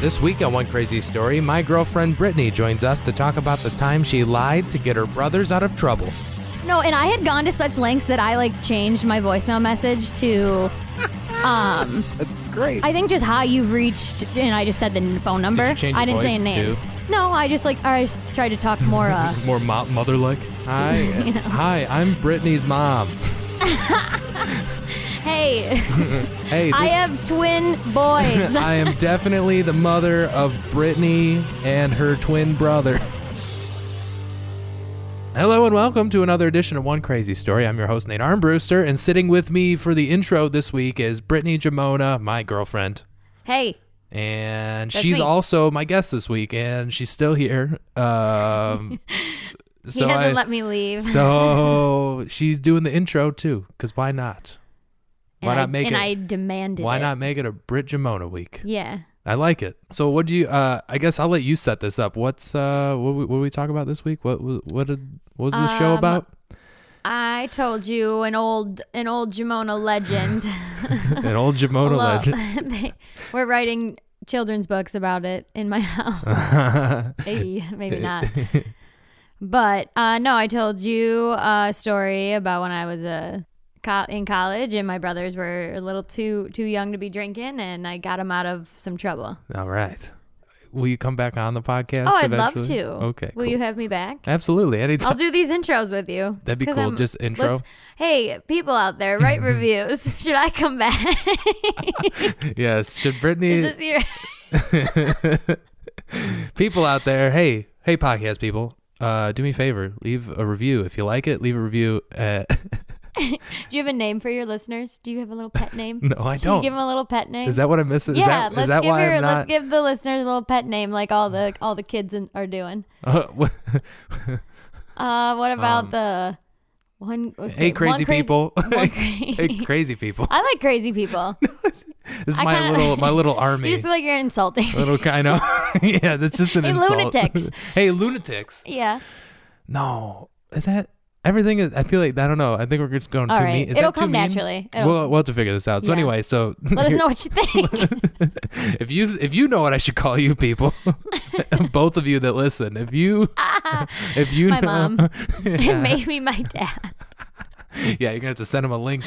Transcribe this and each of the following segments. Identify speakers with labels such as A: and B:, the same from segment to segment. A: This week on One Crazy Story, my girlfriend Brittany joins us to talk about the time she lied to get her brothers out of trouble.
B: No, and I had gone to such lengths that I like changed my voicemail message to, um,
A: That's great.
B: I think just how you've reached, and I just said the n- phone number.
A: change
B: I didn't say a
A: voice,
B: name.
A: too?
B: No, I just like I just tried to talk more. Uh,
C: More mo- mother like.
A: Hi, hi, I'm Brittany's mom.
B: hey,
A: Hey,
B: I
A: this-
B: have twin boys.
A: I am definitely the mother of Brittany and her twin brother. Hello and welcome to another edition of One Crazy Story. I'm your host, Nate Armbruster, and sitting with me for the intro this week is Brittany Jamona, my girlfriend.
B: hey,
A: And
B: That's
A: she's
B: me.
A: also my guest this week, and she's still here. Um,
B: he
A: so
B: hasn't
A: I-
B: let me leave.
A: so she's doing the intro too, because why not? Why
B: and I,
A: not make
B: and
A: it?
B: I demanded.
A: why
B: it.
A: not make it a Brit Jamona week?
B: Yeah.
A: I like it. So what do you? Uh, I guess I'll let you set this up. What's uh, what we, what we talk about this week? What was what did what was this show
B: Um,
A: about?
B: I told you an old an old Jamona legend.
A: An old Jamona
B: Well,
A: legend.
B: they- we're writing children's books about it in my house. Hey, maybe not. But uh, no, I told you a story about when I was a co- in college and my brothers were a little too too young to be drinking, and I got them out of some trouble.
A: All right. Will you come back on the podcast?
B: oh, I'd
A: eventually?
B: love to.
A: Okay.
B: Will
A: cool.
B: you have me back?
A: Absolutely. Anytime.
B: I'll do these intros with you.
A: That'd be
B: 'cause
A: cool. Just intro.
B: let's- Hey, people out there, write reviews. Should I come back?
A: yes. Should Brittany?
B: Is this your
A: people out there, hey, hey, podcast people, uh, do me a favor, leave a review if you like it. Leave a review. Uh,
B: Do you have a name for your listeners? Do you have a little pet name?
A: no, I
B: Should you
A: don't.
B: give them a little pet name?
A: is that what I'm missing?
B: yeah,
A: is that,
B: let's
A: is that
B: give
A: why
B: her,
A: I'm
B: let's
A: not?
B: give the listeners a little pet name like all the all the kids in, are doing.
A: Uh, what-
B: Uh, what about the one?
A: Um, hey,
B: okay,
A: crazy
B: one crazy
A: people.
B: one
A: hey,
B: crazy-
A: crazy people.
B: I like crazy people.
A: This is
B: I
A: my
B: kinda-
A: little my little
B: you
A: army.
B: just feel like you're insulting.
A: little kind of yeah. That's just an
B: Hey,
A: insult.
B: lunatics.
A: hey, lunatics.
B: yeah.
A: No, is that everything? Is I feel like I don't know. I think we're just going
B: All
A: too
B: right.
A: mean. Is
B: It'll
A: that too
B: come
A: mean?
B: naturally. It'll-
A: We'll, we'll have to figure this out. So
B: Yeah.
A: anyway, so
B: Let us know what you think.
A: if you if you know what I should call you people, both of you that listen, if you if you
B: My
A: know,
B: mom.
A: yeah,
B: and maybe my dad.
A: yeah, you're gonna have to send them a link.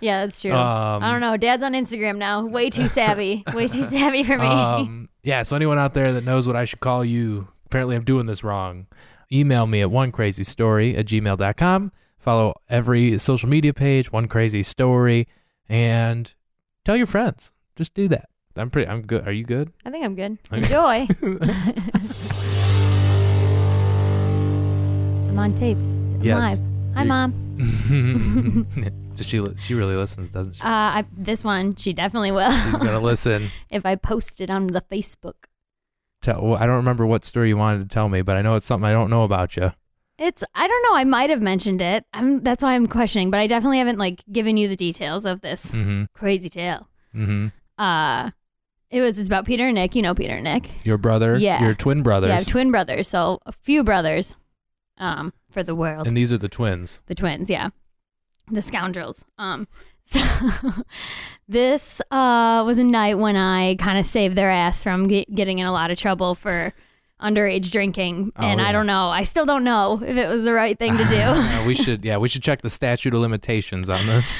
B: Yeah, that's true.
A: Um,
B: I don't know. Dad's on Instagram now. Way too savvy. Way too savvy for me.
A: Um, yeah, so anyone out there that knows what I should call you, apparently I'm doing this wrong. Email me at onecrazystory at gmail.com. Follow every social media page, one crazy story, and tell your friends. Just do that. I'm pretty. I'm good. Are you good?
B: I think I'm good.
A: Okay.
B: Enjoy. I'm on tape. I'm
A: Yes.
B: live. Hi,
A: You-
B: mom.
A: so she li- she really listens, doesn't she?
B: Uh, I, this one, she definitely will.
A: She's gonna listen.
B: if I post it on the Facebook,
A: tell well, I don't remember what story you wanted to tell me, but I know it's something I don't know about you.
B: it's I don't know. I might have mentioned it. I'm, that's why I'm questioning. But I definitely haven't like given you the details of this
A: Mm-hmm.
B: crazy tale.
A: Mm-hmm.
B: Uh, it was it's about Peter and Nick. You know Peter and Nick.
A: Your brother,
B: Yeah.
A: your twin brothers,
B: Yeah, I have twin brothers. So a few brothers, um, for the world.
A: and these are the twins.
B: the twins yeah the scoundrels um so this uh was a night when i kind of saved their ass from ge- getting in a lot of trouble for underage drinking
A: Oh,
B: and
A: yeah.
B: i don't know i still don't know if it was the right thing to do
A: Uh, we should, yeah, we should check the statute of limitations on this.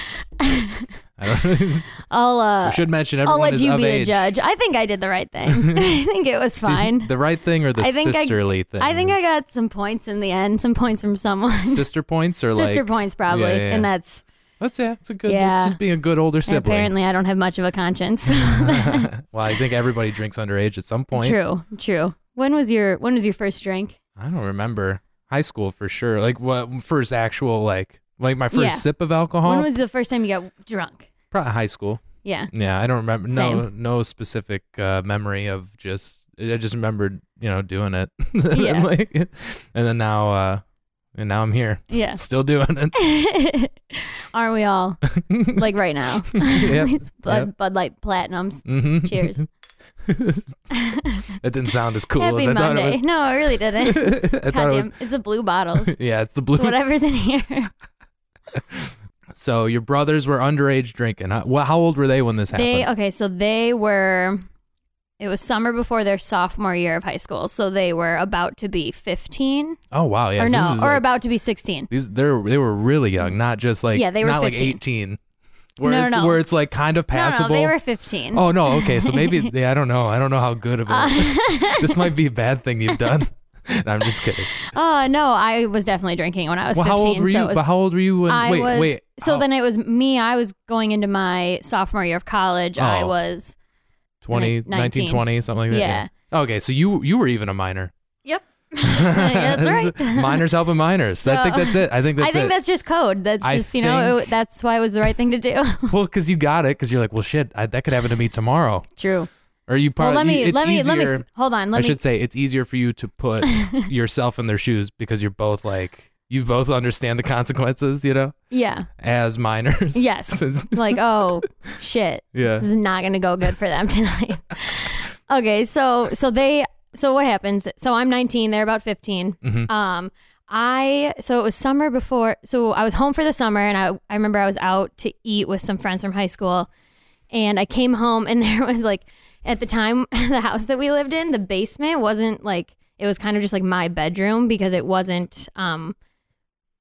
A: I don't,
B: i'll
A: I
B: uh
A: should mention
B: i'll
A: everyone
B: let
A: is
B: you
A: of
B: be a
A: age.
B: judge i think i did the right thing i think it was
A: Do you-
B: fine
A: The right thing or the
B: I think I-
A: sisterly thing?
B: i think i got some points in the end some points from someone
A: sister points or
B: sister
A: like
B: points probably
A: yeah, yeah.
B: and that's
A: that's yeah, it's a good,
B: Yeah.
A: it's just being a good older
B: and
A: sibling.
B: apparently i don't have much of a conscience
A: well, I think everybody drinks underage at some point.
B: True, true. When was your when was your first drink?
A: I don't remember high school for sure. Like what first actual like like my first
B: Yeah.
A: sip of alcohol.
B: When was the first time you got drunk?
A: Probably high school.
B: Yeah.
A: Yeah, I don't remember. No, no specific uh, memory of just. I just remembered, you know, doing it,
B: Yeah.
A: and, like, and then now, uh, and now I'm here,
B: Yeah.
A: still doing it.
B: Aren't we all? like right now.
A: Yep,
B: These Bud,
A: yep.
B: Bud Light Platinums.
A: hmm
B: Cheers.
A: That didn't sound as cool
B: Happy
A: as I
B: Monday.
A: thought
B: No, it really
A: it
B: didn't.
A: was. I thought it was.
B: Goddamn, it's the blue bottles. It's
A: Yeah, it's the blue.
B: whatever's in here.
A: So your brothers were underage drinking. How, wha- how old were they when this happened?
B: They okay, so they were It was summer before their sophomore year of high school, so they were about to be 15
A: Oh wow, yeah.
B: or
A: so
B: no,
A: this is
B: or
A: like-
B: about to be 16.
A: these they're they were really young, not just like
B: Yeah, they were
A: not like
B: 15.
A: eighteen. Where
B: No, no,
A: it's
B: no.
A: where it's like kind of passable.
B: No, no, they were 15.
A: Oh no, okay. So maybe yeah, I don't know. I don't know how good of a
B: Uh,
A: this might be a bad thing you've done. No, I'm just kidding.
B: Uh, no, I was definitely drinking when I was
A: Well,
B: 15.
A: how old were you?
B: So it was
A: but how old were you when?
B: I
A: wait,
B: was
A: wait.
B: so
A: how-
B: then it was me. I was going into my sophomore year of college. I
A: Oh.
B: was
A: 20,
B: like
A: 19,
B: 19.
A: 20, something like that.
B: Yeah.
A: Okay, so you you were even a minor.
B: Yep. That's right.
A: minors helping minors. I think
B: So-
A: that's it. I think that's
B: I think
A: it.
B: that's just code. That's
A: I
B: just you know it, that's why it was the right thing to do.
A: well, because you got it, because you're like, well, shit, I, that could happen to me tomorrow.
B: True.
A: Or you
B: Well,
A: probably
B: let me
A: it's
B: let me
A: easier,
B: let me hold on.
A: I
B: Let me
A: should say it's easier for you to put yourself in their shoes because you're both like you both understand the consequences, you know,
B: yeah.
A: as minors.
B: Yes.
A: Since-
B: Like oh shit,
A: yeah.
B: this is not gonna go good for them tonight. okay, so so they so what happens? So I'm 19. They're about 15.
A: Mhm.
B: Um, I so it was summer before. So I was home for the summer, and I I remember I was out to eat with some friends from high school, and I came home, and there was like at the time the house that we lived in, the basement wasn't like it was kind of just like my bedroom because it wasn't um.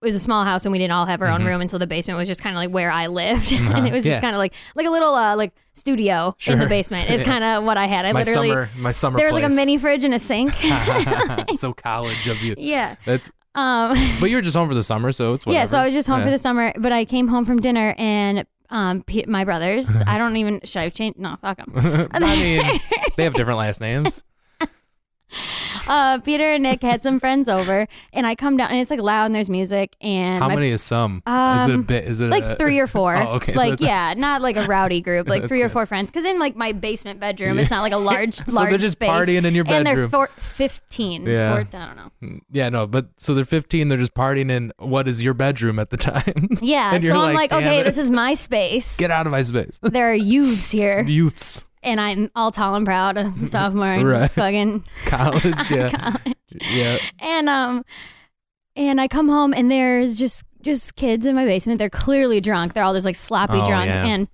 B: It was a small house and we didn't all have our own
A: Mhm.
B: room, and so the basement was just kind of like where I lived,
A: Uh-huh.
B: and it was
A: Yeah.
B: just kind of like like a little uh, like studio in
A: Sure.
B: the basement. It's
A: Yeah.
B: kind of what I had. I
A: my
B: literally
A: summer my summer
B: there was like a
A: place.
B: mini fridge and a sink.
A: so college of you.
B: yeah.
A: That's
B: Um,
A: but you're just home for the summer, so it's whatever.
B: yeah, so I was just home
A: Yeah.
B: for the summer, but I came home from dinner and um, Pe- my brothers, I don't even, should I change? No, fuck 'em.
A: I mean, they have different last names.
B: Uh, Peter and Nick had some friends over and I come down and it's like loud and there's music and
A: How
B: my-
A: many is some? is it a
B: Um,
A: bit? Is it a,
B: like three or four.
A: Oh, okay, so
B: Like,
A: it's not-
B: yeah, not like a rowdy group, like
A: That's
B: three or
A: good.
B: four friends. Cause in like my basement bedroom, it's not like a large,
A: So
B: large
A: they're just
B: space.
A: partying in your
B: And they're
A: bedroom.
B: four, 15.
A: Yeah.
B: four- I don't know.
A: Yeah, no, but so they're 15. They're just partying in what is your bedroom at the time?
B: Yeah.
A: And you're
B: So I'm
A: like,
B: like,
A: "Damn
B: okay,
A: it."
B: this is my space.
A: Get out of my space,
B: there are youths here.
A: youths.
B: and I'm all tall and proud of the sophomore and
A: Right.
B: fucking
A: College, yeah, yeah.
B: and um and I come home and there's just just kids in my basement. They're clearly drunk. They're all just like sloppy
A: Oh,
B: drunk
A: yeah.
B: and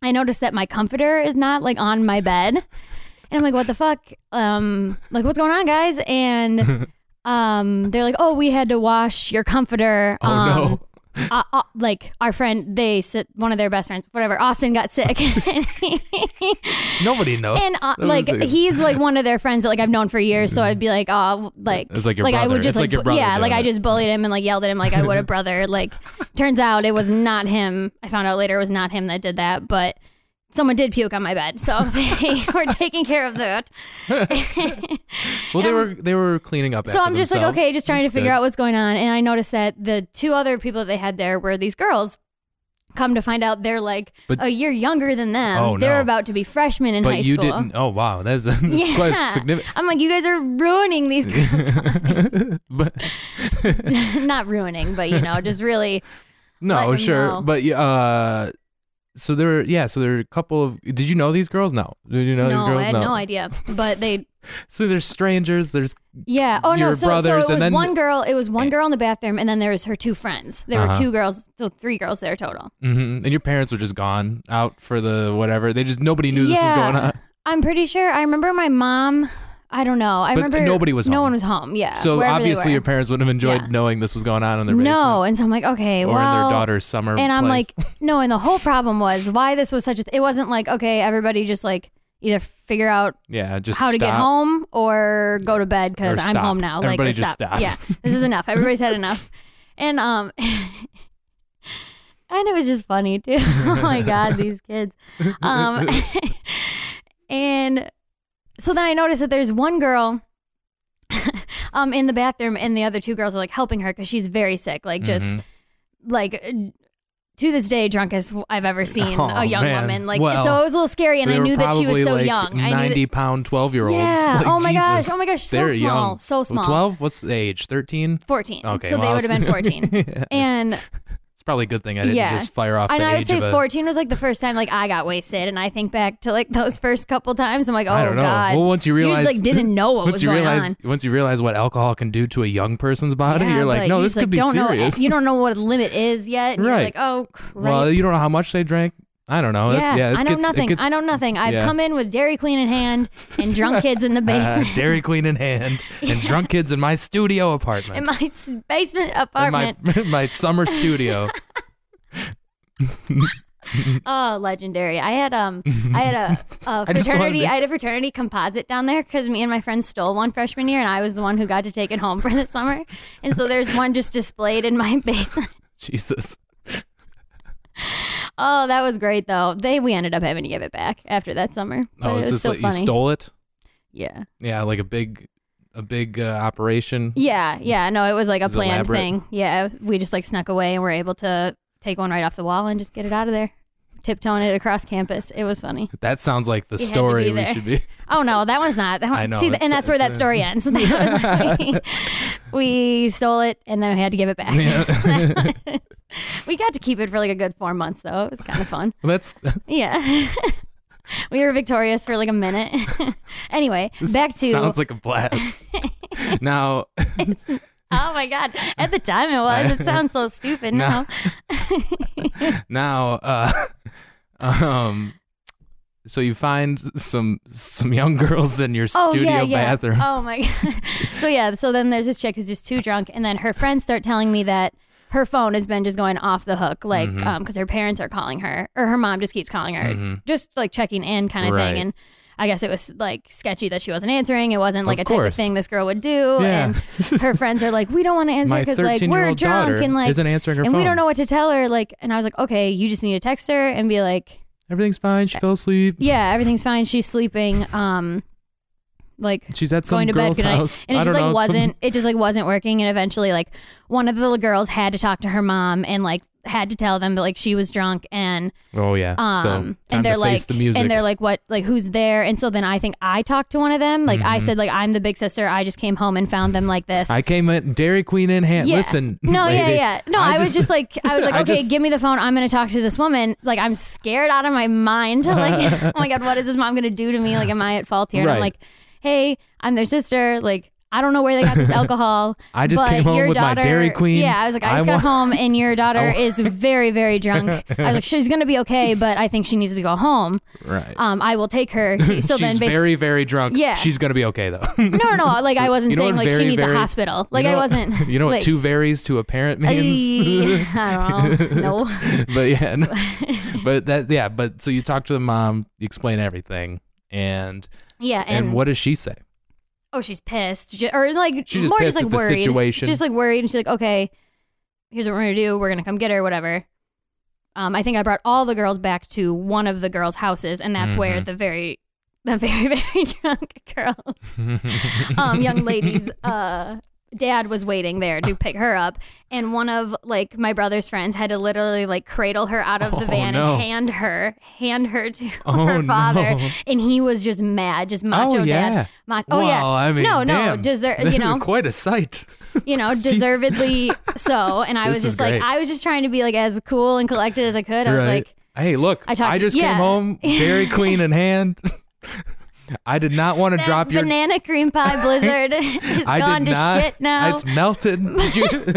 B: I noticed that my comforter is not like on my bed. And I'm like, what the fuck? Um like what's going on guys? And um they're like, "Oh, we had to wash your comforter."
A: Oh
B: um,
A: no,
B: uh, uh, like our friend, they sit one of their best friends, whatever. Austin got sick,
A: nobody knows.
B: and uh,
A: That was
B: like
A: a-
B: he's like one of their friends that like I've known for years, so I'd be like, oh, like
A: It's like your
B: I
A: brother.
B: would just
A: It's like your
B: bu-
A: brother
B: yeah, like
A: doing
B: I
A: it.
B: just bullied him and like yelled at him like I would a brother. Like, turns out it was not him. I found out later it was not him that did that, but someone did puke on my bed, so they were taking care of that.
A: well, they were they were cleaning up.
B: So I'm just like, okay, just trying to figure out what's going on, and I noticed that the two other people that they had there were these girls. Come to find out, they're like
A: But-
B: a year younger than them.
A: Oh,
B: They're
A: no.
B: about to be freshmen in
A: But
B: high
A: you
B: school.
A: didn't. Oh wow, that's, that's quite
B: Yeah.
A: significant.
B: I'm like, you guys are ruining these girls.
A: but
B: Not ruining, but you know, just really. Let
A: no,
B: them
A: sure,
B: know.
A: but yeah. Uh, so there, were, yeah. So there were a couple of. Did you know these girls? No. Did you know
B: no,
A: these girls?
B: I had no. idea. But they,
A: So there's strangers. There's
B: yeah. Oh
A: Your
B: no. So,
A: brothers,
B: so
A: and
B: it was
A: then- Eh.
B: one girl. It was one girl in the bathroom, and then there was her two friends. There were
A: Uh-huh.
B: two girls, so three girls there total.
A: hmm And your parents were just gone out for the whatever. They just nobody knew this was
B: Yeah. Uh,
A: going on.
B: I'm pretty sure. I remember my mom. I don't know. I
A: But
B: remember
A: nobody was
B: No
A: home.
B: one was home. Yeah.
A: So
B: wherever they
A: obviously
B: were.
A: your parents would have enjoyed
B: Yeah.
A: knowing this was going on in their basement
B: no, and so I'm like, okay,
A: or
B: well,
A: in their daughter's summer.
B: and I'm
A: place.
B: like, no. And the whole problem was why this was such a. It wasn't like okay, everybody just like either figure out
A: yeah, just
B: how to get
A: stop.
B: home or go to bed because
A: Or
B: I'm
A: stop.
B: home now.
A: Everybody
B: like, or
A: just stop.
B: Yeah, this is enough. Everybody's had enough. And um, and it was just funny too. oh my god, these kids. Um, and so then I noticed that there's one girl. um, in the bathroom, and the other two girls are like helping her because she's very sick, like just
A: Mhm.
B: like uh, to this day drunkest I've ever seen
A: Oh,
B: a young
A: man.
B: woman. Like,
A: Well,
B: so it was a little scary, and
A: They
B: I
A: were
B: knew that she was
A: probably,
B: so
A: like
B: young. I knew that-
A: Ninety pound twelve year olds.
B: yeah.
A: Like,
B: oh my
A: Jesus.
B: gosh. Oh my gosh. So
A: They're
B: small.
A: young.
B: So small.
A: Twelve? What's the age? Thirteen?
B: 14.
A: Okay,
B: so
A: well, I
B: they would have been
A: was-
B: 14. And
A: It's probably a good thing I didn't
B: Yeah.
A: just fire off
B: and
A: the
B: I would
A: age
B: say
A: of a.
B: 14 was like the first time like I got wasted and I think back to like those first couple times I'm like, "Oh
A: I don't know.
B: god."
A: Well, once you
B: you
A: realize,
B: just like didn't know what
A: once
B: was
A: you
B: going
A: realize,
B: on.
A: once you realize what alcohol can do to a young person's body,
B: Yeah,
A: you're like,
B: but
A: no,
B: you
A: this
B: just, like,
A: could be
B: don't
A: serious.
B: Know, you don't know what a limit is yet. And
A: Right.
B: You're like, "Oh, crap."
A: Well, you don't know how much they drank. I don't know. It's,
B: yeah,
A: yeah it
B: I know
A: gets,
B: nothing.
A: It gets,
B: I know nothing. I've
A: yeah.
B: come in with Dairy Queen in hand and drunk kids in the
A: uh,
B: basement.
A: Dairy Queen in hand and drunk kids in my studio apartment.
B: in my s- basement
A: In my-
B: apartment.
A: my summer studio.
B: Oh, legendary! I had um, I had a, a
A: I just wanted
B: fraternity.
A: to-
B: I, had a fraternity composite down there because me and my friends stole one freshman year, and I was the one who got to take it home for the summer. And so there's one just displayed in my basement.
A: Jesus.
B: Oh, that was great though. They we ended up having to give it back after that summer. But
A: Oh,
B: it
A: is
B: was
A: this
B: so
A: like you
B: funny.
A: stole it?
B: yeah,
A: Yeah, like a big, a big uh, operation.
B: yeah, yeah. No, it was like a
A: It was
B: planned
A: elaborate.
B: thing. Yeah, we just like snuck away and were able to take one right off the wall and just get it out of there, tiptoeing it across campus. It was funny.
A: That sounds like the
B: You had to
A: story
B: be
A: we
B: there.
A: should be.
B: Oh no, that one's not. That one,
A: I know,
B: See,
A: it's-
B: and that's where
A: it's
B: that
A: a-
B: story ends. That was like- we stole it and then we had to give it back.
A: Yeah.
B: we got to keep it for like a good four months though. It was kind of fun.
A: That's
B: Yeah. we were victorious for like a minute. anyway, back to
A: sounds like a blast. now,
B: oh my god. At the time it was. It sounds so stupid
A: No.
B: now.
A: now, uh, um, so you find some some young girls in your
B: Oh
A: studio
B: yeah, yeah.
A: bathroom.
B: Oh my god. so yeah, so then there's this chick who's just too drunk, and then her friends start telling me that her phone has been just going off the hook, like
A: Mhm.
B: um, because her parents are calling her, or her mom just keeps calling her,
A: Mhm.
B: just like checking in kind of
A: Right.
B: thing, and. I guess it was like sketchy that she wasn't answering. It wasn't like
A: Of
B: a type
A: course.
B: of thing this girl would do.
A: yeah,
B: And her friends are like, we don't want to answer
A: my
B: because like we're
A: thirteen-year-old
B: drunk
A: daughter
B: and like
A: isn't answering her
B: and
A: phone.
B: we don't know what to tell her. Like, and I was like, okay, you just need to text her and be like,
A: Everything's fine. She fell asleep.
B: yeah, everything's fine. She's sleeping. Um, like
A: She's at some
B: going to bed
A: girl's
B: good night.
A: house.
B: and
A: I
B: it just
A: don't
B: like
A: know, some-
B: wasn't it just like wasn't working and eventually like one of the little girls had to talk to her mom and like had to tell them that like she was drunk and
A: Oh yeah.
B: um
A: so time
B: and they're
A: to
B: like
A: face the music.
B: and they're like what like who's there and so then I think I talked to one of them like I
A: Mhm.
B: said like I'm the big sister I just came home and found them like this
A: I came at Dairy Queen in hand.
B: Yeah.
A: Listen,
B: no yeah
A: lady,
B: yeah no
A: I
B: I, was
A: just-
B: just like I was like
A: I
B: okay
A: just-
B: give me the phone I'm gonna talk to this woman like I'm scared out of my mind like oh my god what is this mom gonna do to me like am I at fault here and I'm
A: Right.
B: like hey I'm their sister like I don't know where they got this alcohol
A: I just
B: but
A: came home
B: your
A: with
B: daughter,
A: my Dairy Queen.
B: Yeah, I was like, I just got
A: want-
B: home and your daughter
A: I wa-
B: is very, very drunk. I was like, she's gonna be okay, but I think she needs to go home.
A: Right.
B: Um, I will take her. To, so
A: She's
B: then, basically,
A: very, very drunk.
B: Yeah.
A: She's gonna be okay though.
B: no, no, no. Like I wasn't
A: You know
B: saying
A: what
B: like she
A: very,
B: needs
A: very-
B: a hospital. Like
A: You know
B: I
A: what-
B: wasn't.
A: You know what
B: like,
A: two varies to a parent means?
B: I don't know. No.
A: but yeah, no. but that yeah, but so you talk to the mom, you explain everything, and
B: Yeah,
A: and,
B: and,
A: what does she say?
B: oh, she's pissed, Ju- or like
A: She's just
B: more
A: pissed
B: just like
A: at the
B: worried.
A: situation.
B: Just like worried, and she's like, okay, here's what we're gonna do. We're gonna come get her, whatever. Um, I think I brought all the girls back to one of the girls' houses, and that's where
A: Mhm.
B: the very, the very, very drunk girls, um, young ladies, uh, dad was waiting there to pick her up, and one of like my brother's friends had to literally like cradle her out of the
A: Oh,
B: van
A: no.
B: and hand her, hand her to
A: Oh,
B: her father,
A: no.
B: and he was just mad, just macho
A: oh
B: dad.
A: yeah.
B: Ma- oh
A: well,
B: yeah.
A: I mean,
B: no,
A: damn.
B: no, deser- you know,
A: quite a sight.
B: you know, deservedly so. And I
A: This
B: was
A: is
B: just like,
A: great.
B: I was just trying to be like as cool and collected as I could. I was
A: Right.
B: like,
A: Hey, look,
B: I
A: I,
B: talked to-
A: just
B: yeah.
A: came home, Dairy Queen in hand. I did not want to
B: that
A: drop your.
B: banana cream pie blizzard is
A: I
B: gone
A: did
B: to
A: not.
B: shit now.
A: It's melted. Did you?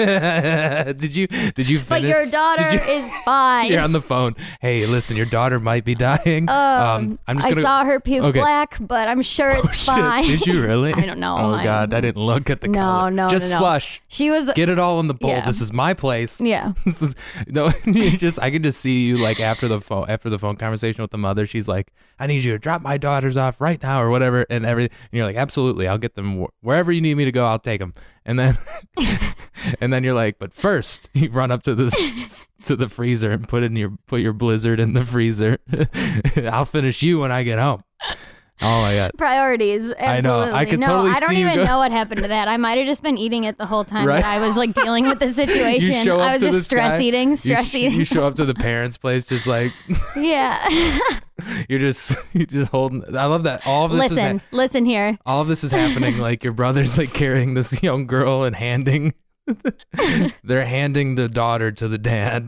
A: did you? Did you? Finish?
B: but your daughter
A: Did you,
B: is fine.
A: You're on the phone. Hey, listen, your daughter might be dying.
B: Um,
A: I'm just
B: I
A: gonna.
B: saw her puke
A: okay. Oh,
B: black, but I'm sure it's
A: Shit,
B: fine.
A: Did you really?
B: I don't know.
A: Oh
B: I-
A: God, I didn't look at the
B: No,
A: color.
B: no, no,
A: Just
B: no.
A: flush.
B: She was,
A: Get it all in the bowl.
B: Yeah.
A: This is my place.
B: yeah.
A: This is- no, you just I could just see you like after the phone after the phone conversation with the mother. She's like, "I need you to drop my daughters off right now or whatever," and every and you're like, "Absolutely, I'll get them wh- wherever you need me to go. I'll take them." And then and then you're like, "But first, you run up to this to the freezer and put in your put your blizzard in the freezer. I'll finish you when I get home." Oh my god.
B: Priorities. Absolutely.
A: I could
B: no,
A: totally
B: I don't
A: see you
B: even
A: go-
B: know what happened to that. I might have just been eating it the whole time
A: Right.
B: that I was like dealing with the situation.
A: You show up
B: I was
A: to
B: just
A: this guy,
B: stress eating, stress
A: you, sh-
B: eating.
A: You show up to the parents' place, just like
B: yeah.
A: you're just you're just holding. I love that all of this is ha-
B: listen, listen here.
A: all of this is happening like your brother's like carrying this young girl and handing they're handing the daughter to the dad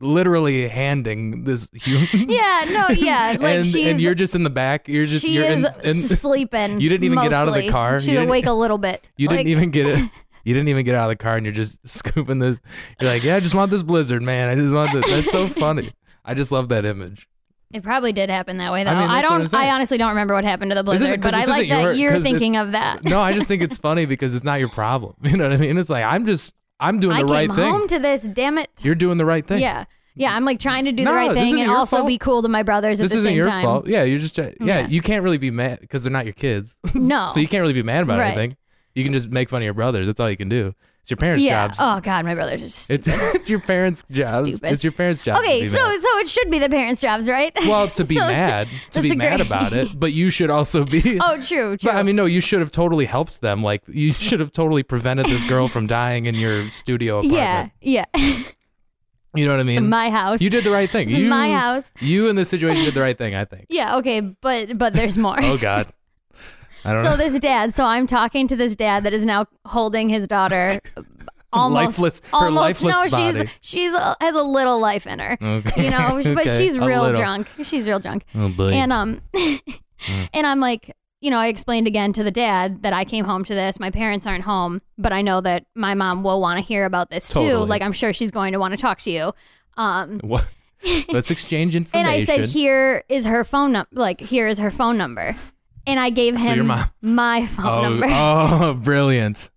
A: literally handing this human
B: Yeah, no, yeah. Like
A: and,
B: she's
A: and you're just in the back you're just
B: she
A: you're in,
B: is
A: in
B: sleeping.
A: You didn't even get out of the
B: mostly.
A: car.
B: She's
A: You didn't-
B: awake a little bit.
A: you
B: Like,
A: didn't even get it you didn't even get out of the car and you're just scooping this you're like yeah i just want this blizzard man i just want this that's so funny i just love that image
B: It probably did happen that way though.
A: I
B: I,
A: mean, that's what I'm
B: don't.
A: saying.
B: I honestly don't remember what happened to the
A: This
B: blizzard,
A: isn't- 'cause
B: but I
A: this
B: like
A: isn't your-
B: that you're
A: 'cause
B: thinking
A: it's-
B: of that.
A: no, I just think it's funny because it's not your problem. You know what I mean? It's like I'm just I'm doing
B: I
A: the right
B: came
A: thing.
B: home to this. Damn it.
A: You're doing the right thing.
B: Yeah. Yeah, I'm like trying to do
A: No,
B: the right
A: this
B: thing
A: isn't
B: and
A: your
B: also
A: fault.
B: be cool to my brothers at
A: This
B: the
A: isn't
B: same
A: your
B: time.
A: fault. Yeah, you're just try- yeah,
B: Yeah.
A: You can't really be mad because they're not your kids,
B: No.
A: so you can't really be mad about
B: Right.
A: anything. You can just make fun of your brothers. That's all you can do. It's your parents'
B: yeah.
A: jobs.
B: Oh god, my brothers are stupid.
A: It's it's your parents' jobs.
B: Stupid.
A: It's your parents' jobs. to
B: Okay,
A: be
B: so
A: mad.
B: so it should be the parents' jobs, right?
A: well, to be
B: so it's-
A: mad, to
B: that's
A: be
B: a
A: mad
B: great-
A: about it, but you should also be.
B: oh, true, true.
A: But I mean, no, you should have totally helped them. Like, you should have totally prevented this girl from dying in your studio
B: yeah,
A: apartment.
B: yeah.
A: You know what I mean?
B: my house.
A: you did the right thing.
B: It's in
A: you,
B: my house.
A: You in this situation did the right thing, I think.
B: yeah, okay, but but there's more.
A: Oh, God. I don't
B: so
A: know.
B: this dad, so I'm talking to this dad that is now holding his daughter almost
A: Lifeless- her
B: almost
A: lifeless
B: no,
A: body.
B: she's she's a, has a little life in her.
A: Okay.
B: You know, but
A: Okay,
B: she's
A: a
B: real
A: little.
B: drunk. She's real drunk.
A: Oh, boy.
B: And um
A: mm.
B: and I'm like, you know, I explained again to the dad that I came home to this. My parents aren't home, but I know that my mom will want to hear about this too.
A: Totally.
B: Like I'm sure she's going to want to talk to you. Um
A: What? Let's exchange information.
B: and I said, "Here is her phone number. Like here is her phone number." And I gave
A: So your
B: him
A: mom-
B: my phone
A: oh,
B: number.
A: oh, brilliant.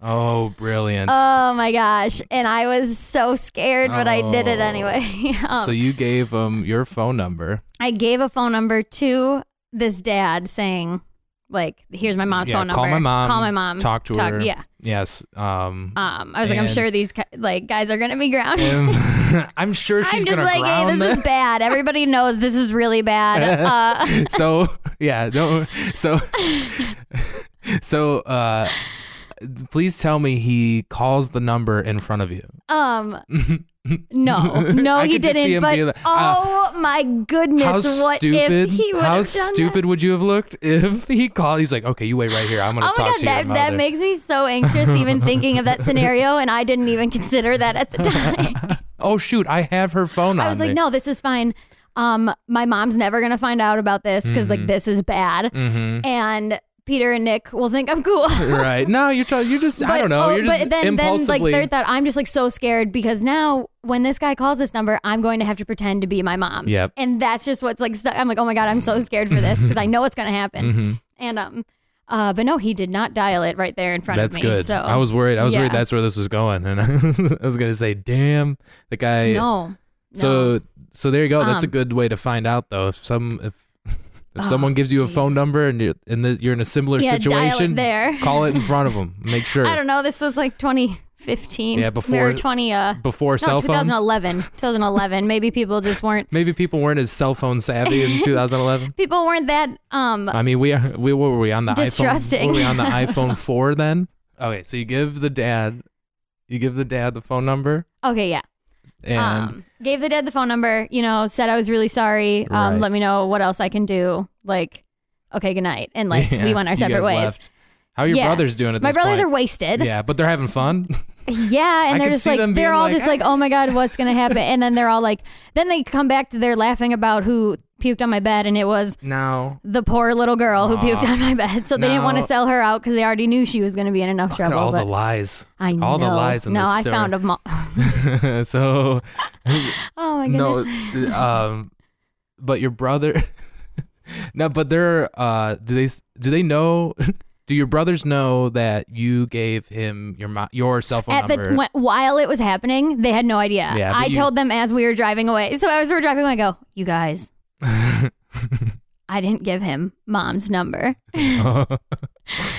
A: Oh, brilliant.
B: Oh my gosh. And I was so scared, but I did it
A: Oh.
B: anyway. um,
A: so you gave um your phone number.
B: I gave a phone number to this dad saying, like, here's my mom's
A: yeah,
B: phone number.
A: call my mom.
B: Call my mom.
A: Talk to her.
B: Yeah.
A: Yes. Um.
B: Um, I was like, I'm
A: And-
B: sure these cu- like guys are gonna be grounded.
A: am- I'm sure she's
B: I'm just
A: gonna
B: like, hey,
A: ground
B: this is
A: them.
B: bad. Everybody knows this is really bad. Uh,
A: so yeah, don't. So so uh, please tell me he calls the number in front of you.
B: um, no, no,
A: I
B: he
A: could just see
B: didn't.
A: him
B: But
A: be like, "Ah,
B: oh my
A: How
B: goodness, what
A: stupid!
B: if he would
A: how
B: have done that?
A: stupid would you have looked if he called? He's like, okay, you wait right here. I'm gonna
B: Oh my
A: talk
B: god,
A: to
B: that,
A: your
B: that
A: mother."
B: makes me so anxious even thinking of that scenario, and I didn't even consider that at the time.
A: oh shoot, I have her phone on.
B: I was like,
A: me.
B: no, this is fine. Um, my mom's never gonna find out about this because
A: Mm-hmm.
B: like this is bad, and Peter and Nick will think I'm cool.
A: right? No, you're t- you're just I don't know.
B: oh,
A: you're just
B: but then, then like
A: impulsively.
B: third thought, I'm just like so scared because now when this guy calls this number, I'm going to have to pretend to be my mom.
A: Yep. Mm-hmm.
B: And that's just what's like. Stuck. I'm like, oh my god, I'm so scared for this because I know what's gonna happen. And um, uh, but no, he did not dial it right there in front
A: that's
B: of me.
A: good.
B: So
A: I was worried. I was worried
B: yeah.
A: that's where this was going, and I was, gonna say, "Damn, the guy."
B: no. no.
A: So so there you go. That's a
B: Um,
A: good way to find out though. If some if if
B: Oh,
A: someone gives you a phone
B: Jesus.
A: number and you're in the, you're in a similar
B: Yeah, dial it
A: situation,
B: there.
A: call it in front of them. Make sure
B: I don't know. This was like 2015.
A: Yeah, before-
B: or 20. Uh,
A: before
B: no,
A: cell phones.
B: 2011. 2011. Maybe people just weren't.
A: Maybe people weren't as cell phone savvy in 2011.
B: People weren't that. Um,
A: I mean, we are. We what were we on the iPhone?
B: Distrusting.
A: Were we on the iPhone four then? Okay, so you give the dad, you give the dad the phone number,
B: okay, yeah.
A: and
B: um, gave the dad the phone number. You know, said I was really sorry. Um,
A: Right.
B: let me know what else I can do. Like, okay, good night, and like
A: Yeah,
B: we went our
A: you
B: separate
A: guys
B: ways.
A: left. How are your
B: Yeah.
A: brothers doing at
B: My
A: this
B: brothers are
A: point?
B: wasted. Yeah,
A: Yeah, but they're having fun. I
B: and
A: can
B: they're just
A: see them
B: like
A: being
B: they're all
A: like, "Ah."
B: just like, oh my god, what's gonna happen? and then they're all like, then they come back to their laughing about who puked on my bed, and it was
A: no.
B: the poor little girl who puked
A: Aw.
B: on my bed. So they didn't want
A: No.
B: to sell her out because they already knew she was going to be in enough
A: Look at
B: trouble.
A: all
B: but
A: the lies.
B: I know.
A: all the lies in
B: no,
A: this
B: I
A: story.
B: found them all.
A: so
B: Oh my
A: no,
B: goodness.
A: um, but your brother. no, but they're uh, do they do they know? Do your brothers know that you gave him your mo- your cell phone
B: At the
A: number?
B: wh- while it was happening, they had no idea.
A: Yeah, but
B: I
A: you-
B: told them as we were driving away. So as we were driving away, I go, "You guys, I didn't give him mom's number," and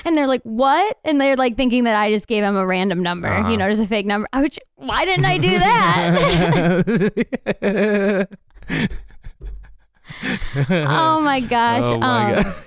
B: they're like, "What?" And they're like thinking that I just gave him a random number,
A: Uh-huh.
B: you know, just a fake number. I was, ju- why didn't I do that? oh my gosh.
A: Oh my
B: um,
A: God.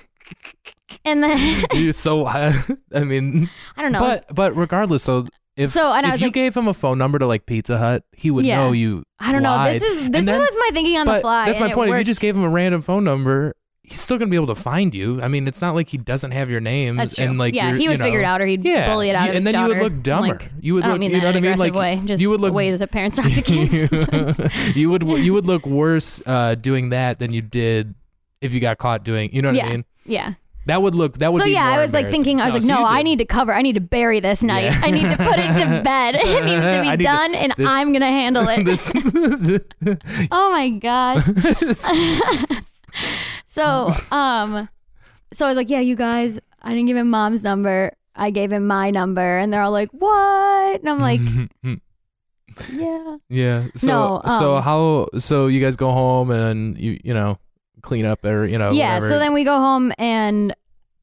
B: And then
A: You're so. I mean,
B: I don't know.
A: but but regardless, so if
B: So, and I
A: if
B: was
A: you
B: like-
A: gave him a phone number to like Pizza Hut, he would
B: Yeah.
A: know you.
B: I don't know. This
A: lied.
B: is
A: And
B: this
A: then-
B: was my thinking on the
A: But
B: fly.
A: that's my
B: and it
A: point. If you
B: worked.
A: just gave him a random phone number, he's still gonna be able to find you. I mean, it's not like he doesn't have your name.
B: That's true.
A: And like,
B: yeah,
A: your-
B: he would
A: you know,
B: figure it out, or he'd
A: Yeah,
B: bully it out.
A: You-
B: of
A: and then
B: his
A: you would
B: daughter.
A: look dumber.
B: Like,
A: you would
B: I don't
A: look.
B: mean
A: you
B: that
A: know what I
B: in
A: mean?
B: an
A: Like
B: aggressive way. Just
A: you would look.
B: ways that parents talk to kids.
A: you would you would look worse uh, doing that than you did if you got caught doing. You know what I
B: yeah,
A: mean?
B: yeah.
A: That would look. That would.
B: so
A: be
B: yeah,
A: more
B: I was like
A: embarrassing.
B: thinking, I was like,
A: so
B: no,
A: you
B: I
A: did.
B: need to cover. I need to bury this knife.
A: Yeah.
B: I need to put it to bed. It needs to
A: I
B: be
A: need to-
B: done, and
A: this-
B: I'm gonna handle it.
A: this.
B: oh my gosh. so um, so I was like, yeah, you guys, I didn't give him mom's number. I gave him my number, and they're all like, what? And I'm like, yeah.
A: yeah. So
B: No,
A: so
B: um,
A: how so you guys go home and you you know clean up or you know
B: yeah.
A: Oh, whatever.
B: So then we go home, and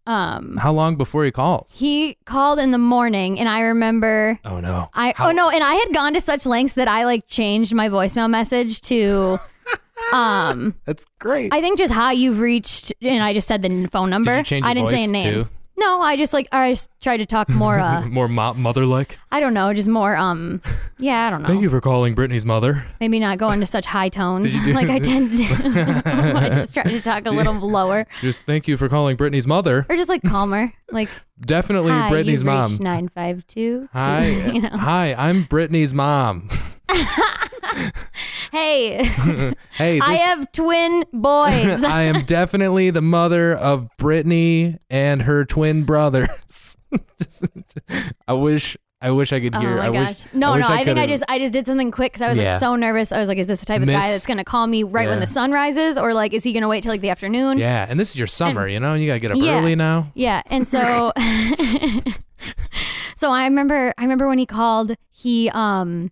B: um,
A: how long before he calls?
B: he called in the morning, and I remember
A: Oh no.
B: I
A: How-
B: oh no, and I had gone to such lengths that I like changed my voicemail message to um
A: That's great.
B: I think just how you've reached and I just said the n- phone number.
A: Did you change
B: I
A: your
B: didn't say a
A: voice,
B: name.
A: too?
B: No, I just like I just tried to talk more uh
A: More mo- mother like.
B: I don't know, just more um yeah, I don't know.
A: you for calling Brittany's mother.
B: Maybe not go into such high tones
A: you do-
B: like I tend to I just try to talk a little lower
A: Just thank you for calling Brittany's mother.
B: or just like calmer. Like
A: Definitely
B: hi,
A: Brittany's
B: you've
A: mom.
B: reached 952.
A: Hi,
B: you know.
A: hi, I'm Brittany's mom.
B: Hey,
A: Hey, this,
B: I have twin boys.
A: I am definitely the mother of Brittany and her twin brothers. Just- I wish, I wish I could hear.
B: Oh my
A: I
B: gosh!
A: wish,
B: no,
A: wish
B: no. I, think I
A: could've-
B: just I just did something quick because I was
A: Yeah.
B: like so nervous. I was like, is this the type of
A: Miss-
B: guy that's gonna call me right
A: Yeah.
B: when the sun rises, or like is he gonna wait till like the afternoon?
A: Yeah, and this is your summer, you know. You gotta get up
B: Yeah.
A: early now.
B: Yeah, and so so I remember I remember when he called, he um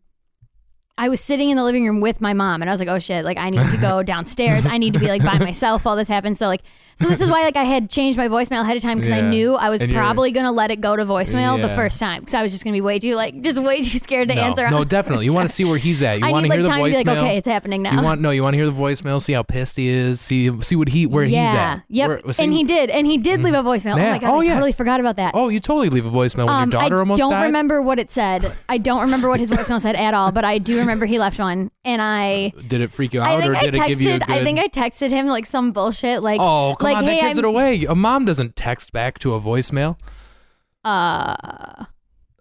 B: I was sitting in the living room with my mom and I was like, "Oh shit, like I need to go downstairs. I need to be like by myself while this happens." So like so this is why like I had changed my voicemail ahead of time because I
A: Yeah.
B: knew I was
A: And you're-
B: probably going to let it go to voicemail the
A: Yeah.
B: first time cuz I was just going to be way too like just way too scared to
A: no,
B: answer.
A: no,
B: on-
A: definitely. You want to see where he's at. You
B: I
A: want to
B: need like
A: hear the
B: time to
A: voicemail.
B: be like, okay, uh-huh. it's happening now.
A: You want no, you want to hear the voicemail, see how pissed he is, see see what he where he's at.
B: Yep.
A: Where- see-
B: and he did, and he did leave a voicemail. Oh
A: Yeah.
B: my god,
A: Oh,
B: I
A: yeah.
B: totally forgot about that.
A: Oh, you totally leave a voicemail when
B: Um,
A: your daughter
B: I
A: almost
B: don't
A: died.
B: remember what it said. I don't remember what his voicemail said at all, but I do remember he left one, and I.
A: did it freak you
B: I
A: out, or
B: think I
A: did it give you a
B: texted.
A: good?
B: I think I texted him like some bullshit, like
A: oh, come
B: like
A: on, that
B: hey,
A: gives
B: I'm
A: it away. A mom doesn't text back to a voicemail.
B: uh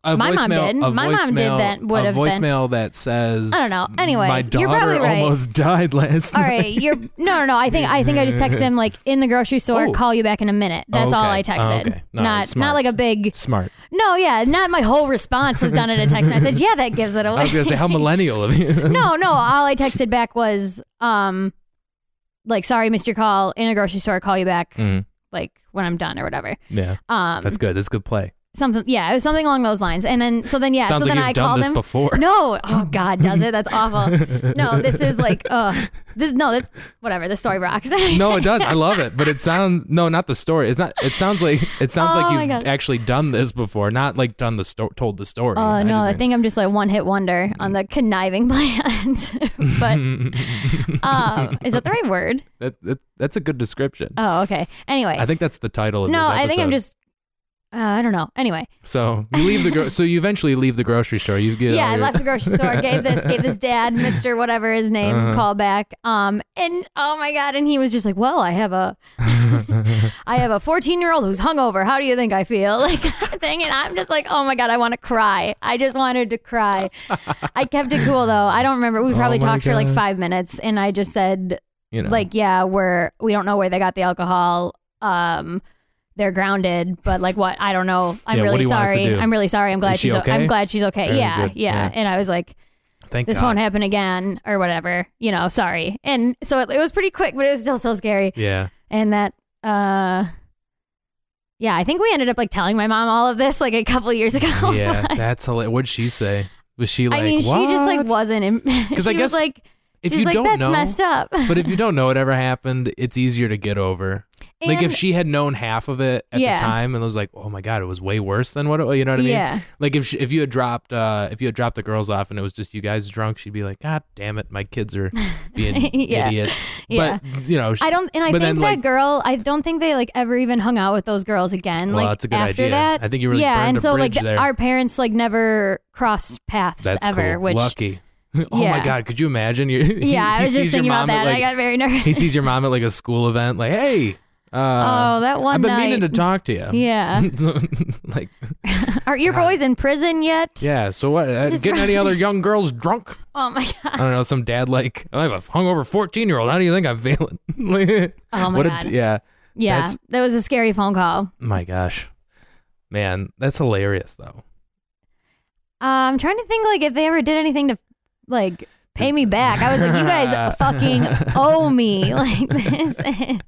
A: A
B: My mom
A: voicemail,
B: did.
A: A
B: My mom did
A: voicemail-
B: that would
A: a
B: have been-
A: voicemail that says.
B: I don't know. Anyway,
A: my
B: you're
A: daughter
B: probably right.
A: almost died last
B: all
A: night.
B: right, you're no no no. I think I think I just texted him like in the grocery store,
A: Oh.
B: call you back in a minute. That's all
A: Okay.
B: I texted.
A: Oh, okay. No,
B: not
A: smart.
B: not like a big
A: Smart.
B: no yeah. Not my whole response was done in a text message. Yeah, that gives it away.
A: I was gonna say how millennial of you.
B: no, no. All I texted back was, um, like, sorry, missed your call in a grocery store. Call you back,
A: Mm.
B: like when I'm done or whatever.
A: Yeah,
B: Um,
A: that's good. That's good play.
B: something. Yeah, it was something along those lines. And then, so then, yeah,
A: Sounds
B: so
A: like
B: then
A: you've
B: I
A: done
B: called
A: this
B: him.
A: before.
B: No, oh God, does it? That's awful. No, this is like, uh, this no, this whatever. The story rocks.
A: No, it does. I love it, but it sounds no, not the story. It's not. It sounds like it sounds
B: Oh,
A: like
B: my
A: you've
B: God.
A: actually done this before, not like done the sto- told the story.
B: Oh
A: I just
B: no,
A: Mm-hmm.
B: I
A: mean-
B: think I'm just like one hit wonder on the conniving plans. but um, is that the right word?
A: that, that, that's a good description.
B: Oh, okay. Anyway,
A: I think that's the title. Of
B: no,
A: this
B: I think I'm
A: episode.
B: just. Uh, I don't know. Anyway,
A: So you leave the gro- so you eventually leave the grocery store. You get
B: yeah,
A: all
B: I
A: your-
B: left the grocery store. Gave this, gave this dad, Mister, whatever his name,
A: Uh-huh.
B: call back. Um, and oh my god, and he was just like, "Well, I have a, I have a 14 year old who's hungover. How do you think I feel?" Like, thing, and I'm just like, "Oh my god, I want to cry. I just wanted to cry." I kept it cool though. I don't remember. We probably
A: Oh my
B: talked for like
A: God.
B: five minutes, and I just said,
A: you know.
B: like, "Yeah, we're we don't know where they got the alcohol." Um. They're grounded, but like what? I don't know. I'm
A: Yeah, what do
B: really
A: you want us to
B: sorry.
A: do?
B: I'm really sorry. I'm glad
A: Is she
B: she's.
A: okay?
B: Okay? I'm glad she's okay.
A: Very
B: Yeah, yeah,
A: good. Yeah.
B: And I was like,
A: thank
B: this
A: God.
B: won't happen again or whatever you know sorry and so it, it was pretty quick but it was still so scary
A: yeah,
B: and that uh yeah i think we ended up like telling my mom all of this like a couple years ago
A: yeah. That's hilarious. What'd she say? Was she like?
B: i mean she just like
A: "What?"
B: wasn't in
A: I
B: she
A: guess
B: was like
A: If
B: she's
A: you
B: like
A: don't
B: that's
A: know,
B: messed up
A: but if you don't know it ever happened, it's easier to get over. like if
B: And-
A: she had known half of it at
B: Yeah.
A: the time and was like, "Oh my god, it was way worse than what it was," you know what I mean?
B: yeah
A: Like if she, if you had dropped uh if you had dropped the girls off and it was just you guys drunk, she'd be like, "God damn it, my kids are being
B: Yeah.
A: idiots."
B: Yeah.
A: But you know, she,
B: I don't, and I
A: But
B: think
A: then,
B: that
A: like-
B: girl. I don't think they like ever even hung out with those girls again.
A: well,
B: like
A: that's a good
B: after
A: idea.
B: that,
A: I think you really
B: yeah,
A: burned
B: and
A: a
B: so like
A: bridge
B: th-
A: there.
B: our parents like never crossed paths
A: that's
B: ever,
A: cool.
B: which
A: lucky. oh my
B: yeah.
A: god, could you imagine? You're,
B: yeah, I was just thinking about that. and
A: Like,
B: I got very nervous.
A: he sees your mom at like a school event, like, "Hey, uh,
B: oh, that one
A: I've been
B: night.
A: meaning to talk to you."
B: yeah.
A: So, like,
B: Are your
A: God.
B: boys in prison yet?
A: yeah. So what? Uh,
B: Just-
A: getting any other young girls drunk?
B: Oh my god.
A: I don't know, some dad like I have a hungover fourteen year old. How do you think I'm feeling?
B: Oh my
A: What a-
B: god.
A: yeah,
B: Yeah,
A: That's-
B: that was a scary phone call.
A: My gosh. Man, that's hilarious though.
B: Uh, I'm trying to think like if they ever did anything to like pay me back. I was like, you guys fucking owe me. Like this. is-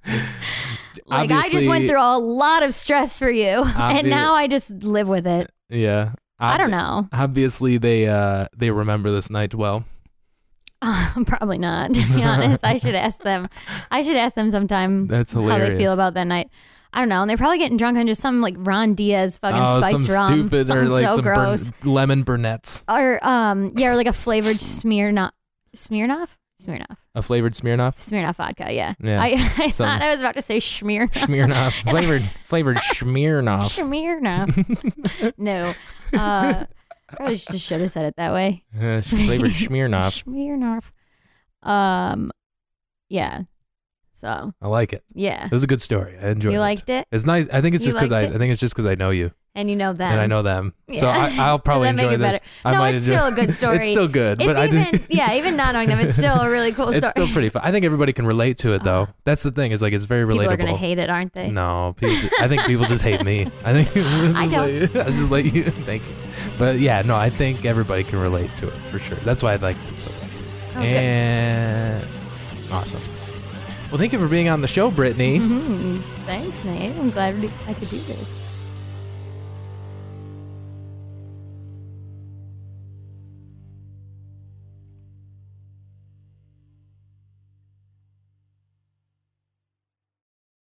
B: like I just went
A: Obviously-
B: through a lot of stress for you, and
A: Obvi-
B: now I just live with it.
A: Yeah.
B: I don't know.
A: Obviously they uh they remember this night well.
B: probably not. To be honest, I should ask them. I should ask them sometime
A: That's
B: how they
A: hilarious.
B: feel about that night. I don't know. And they're probably getting drunk on just some like Ron Diaz fucking
A: oh,
B: spiced
A: some
B: rum,
A: stupid or
B: Something
A: like
B: so
A: some burn-
B: gross,
A: lemon burnettes.
B: or um, yeah, or like a flavored Smirnoff, Smirnoff, Smirnoff,
A: A flavored Smirnoff.
B: Smirnoff vodka. Yeah,
A: Yeah,
B: I, I
A: some-
B: thought I was about to say Schmier.
A: Smirnoff. flavored flavored Smirnoff.
B: Smirnoff. no, uh, probably just should have said it that way.
A: Uh, flavored Smirnoff.
B: Smirnoff. Um, yeah. So
A: I like it.
B: yeah,
A: It was a good story. I enjoyed
B: you
A: it.
B: liked it,
A: It's nice. I think it's
B: You
A: just because I,
B: liked
A: I
B: it?
A: think it's just because I know you
B: and you know them,
A: and I know them, so I,
B: Yeah.
A: I'll probably
B: Does that
A: enjoy
B: make it
A: this.
B: better?
A: I
B: No,
A: might
B: it's
A: enjoy-
B: still a good story.
A: it's still good,
B: It's
A: but I
B: even
A: didn't.
B: yeah, even not knowing them, it's still a really cool
A: It's
B: story.
A: still pretty fun. I think everybody can relate to it, though. That's the thing. Is like it's very relatable.
B: People are gonna hate it, aren't they?
A: No, people ju- I think people just hate me. I think
B: I don't.
A: I just like you. Thank you. But yeah, no, I think everybody can relate to it for sure. That's why I liked it so much.
B: Oh, good.
A: and awesome. Well, thank you for being on the show, Brittany.
B: Hmm. Mhm. Thanks, Nate. I'm glad we- I could do this.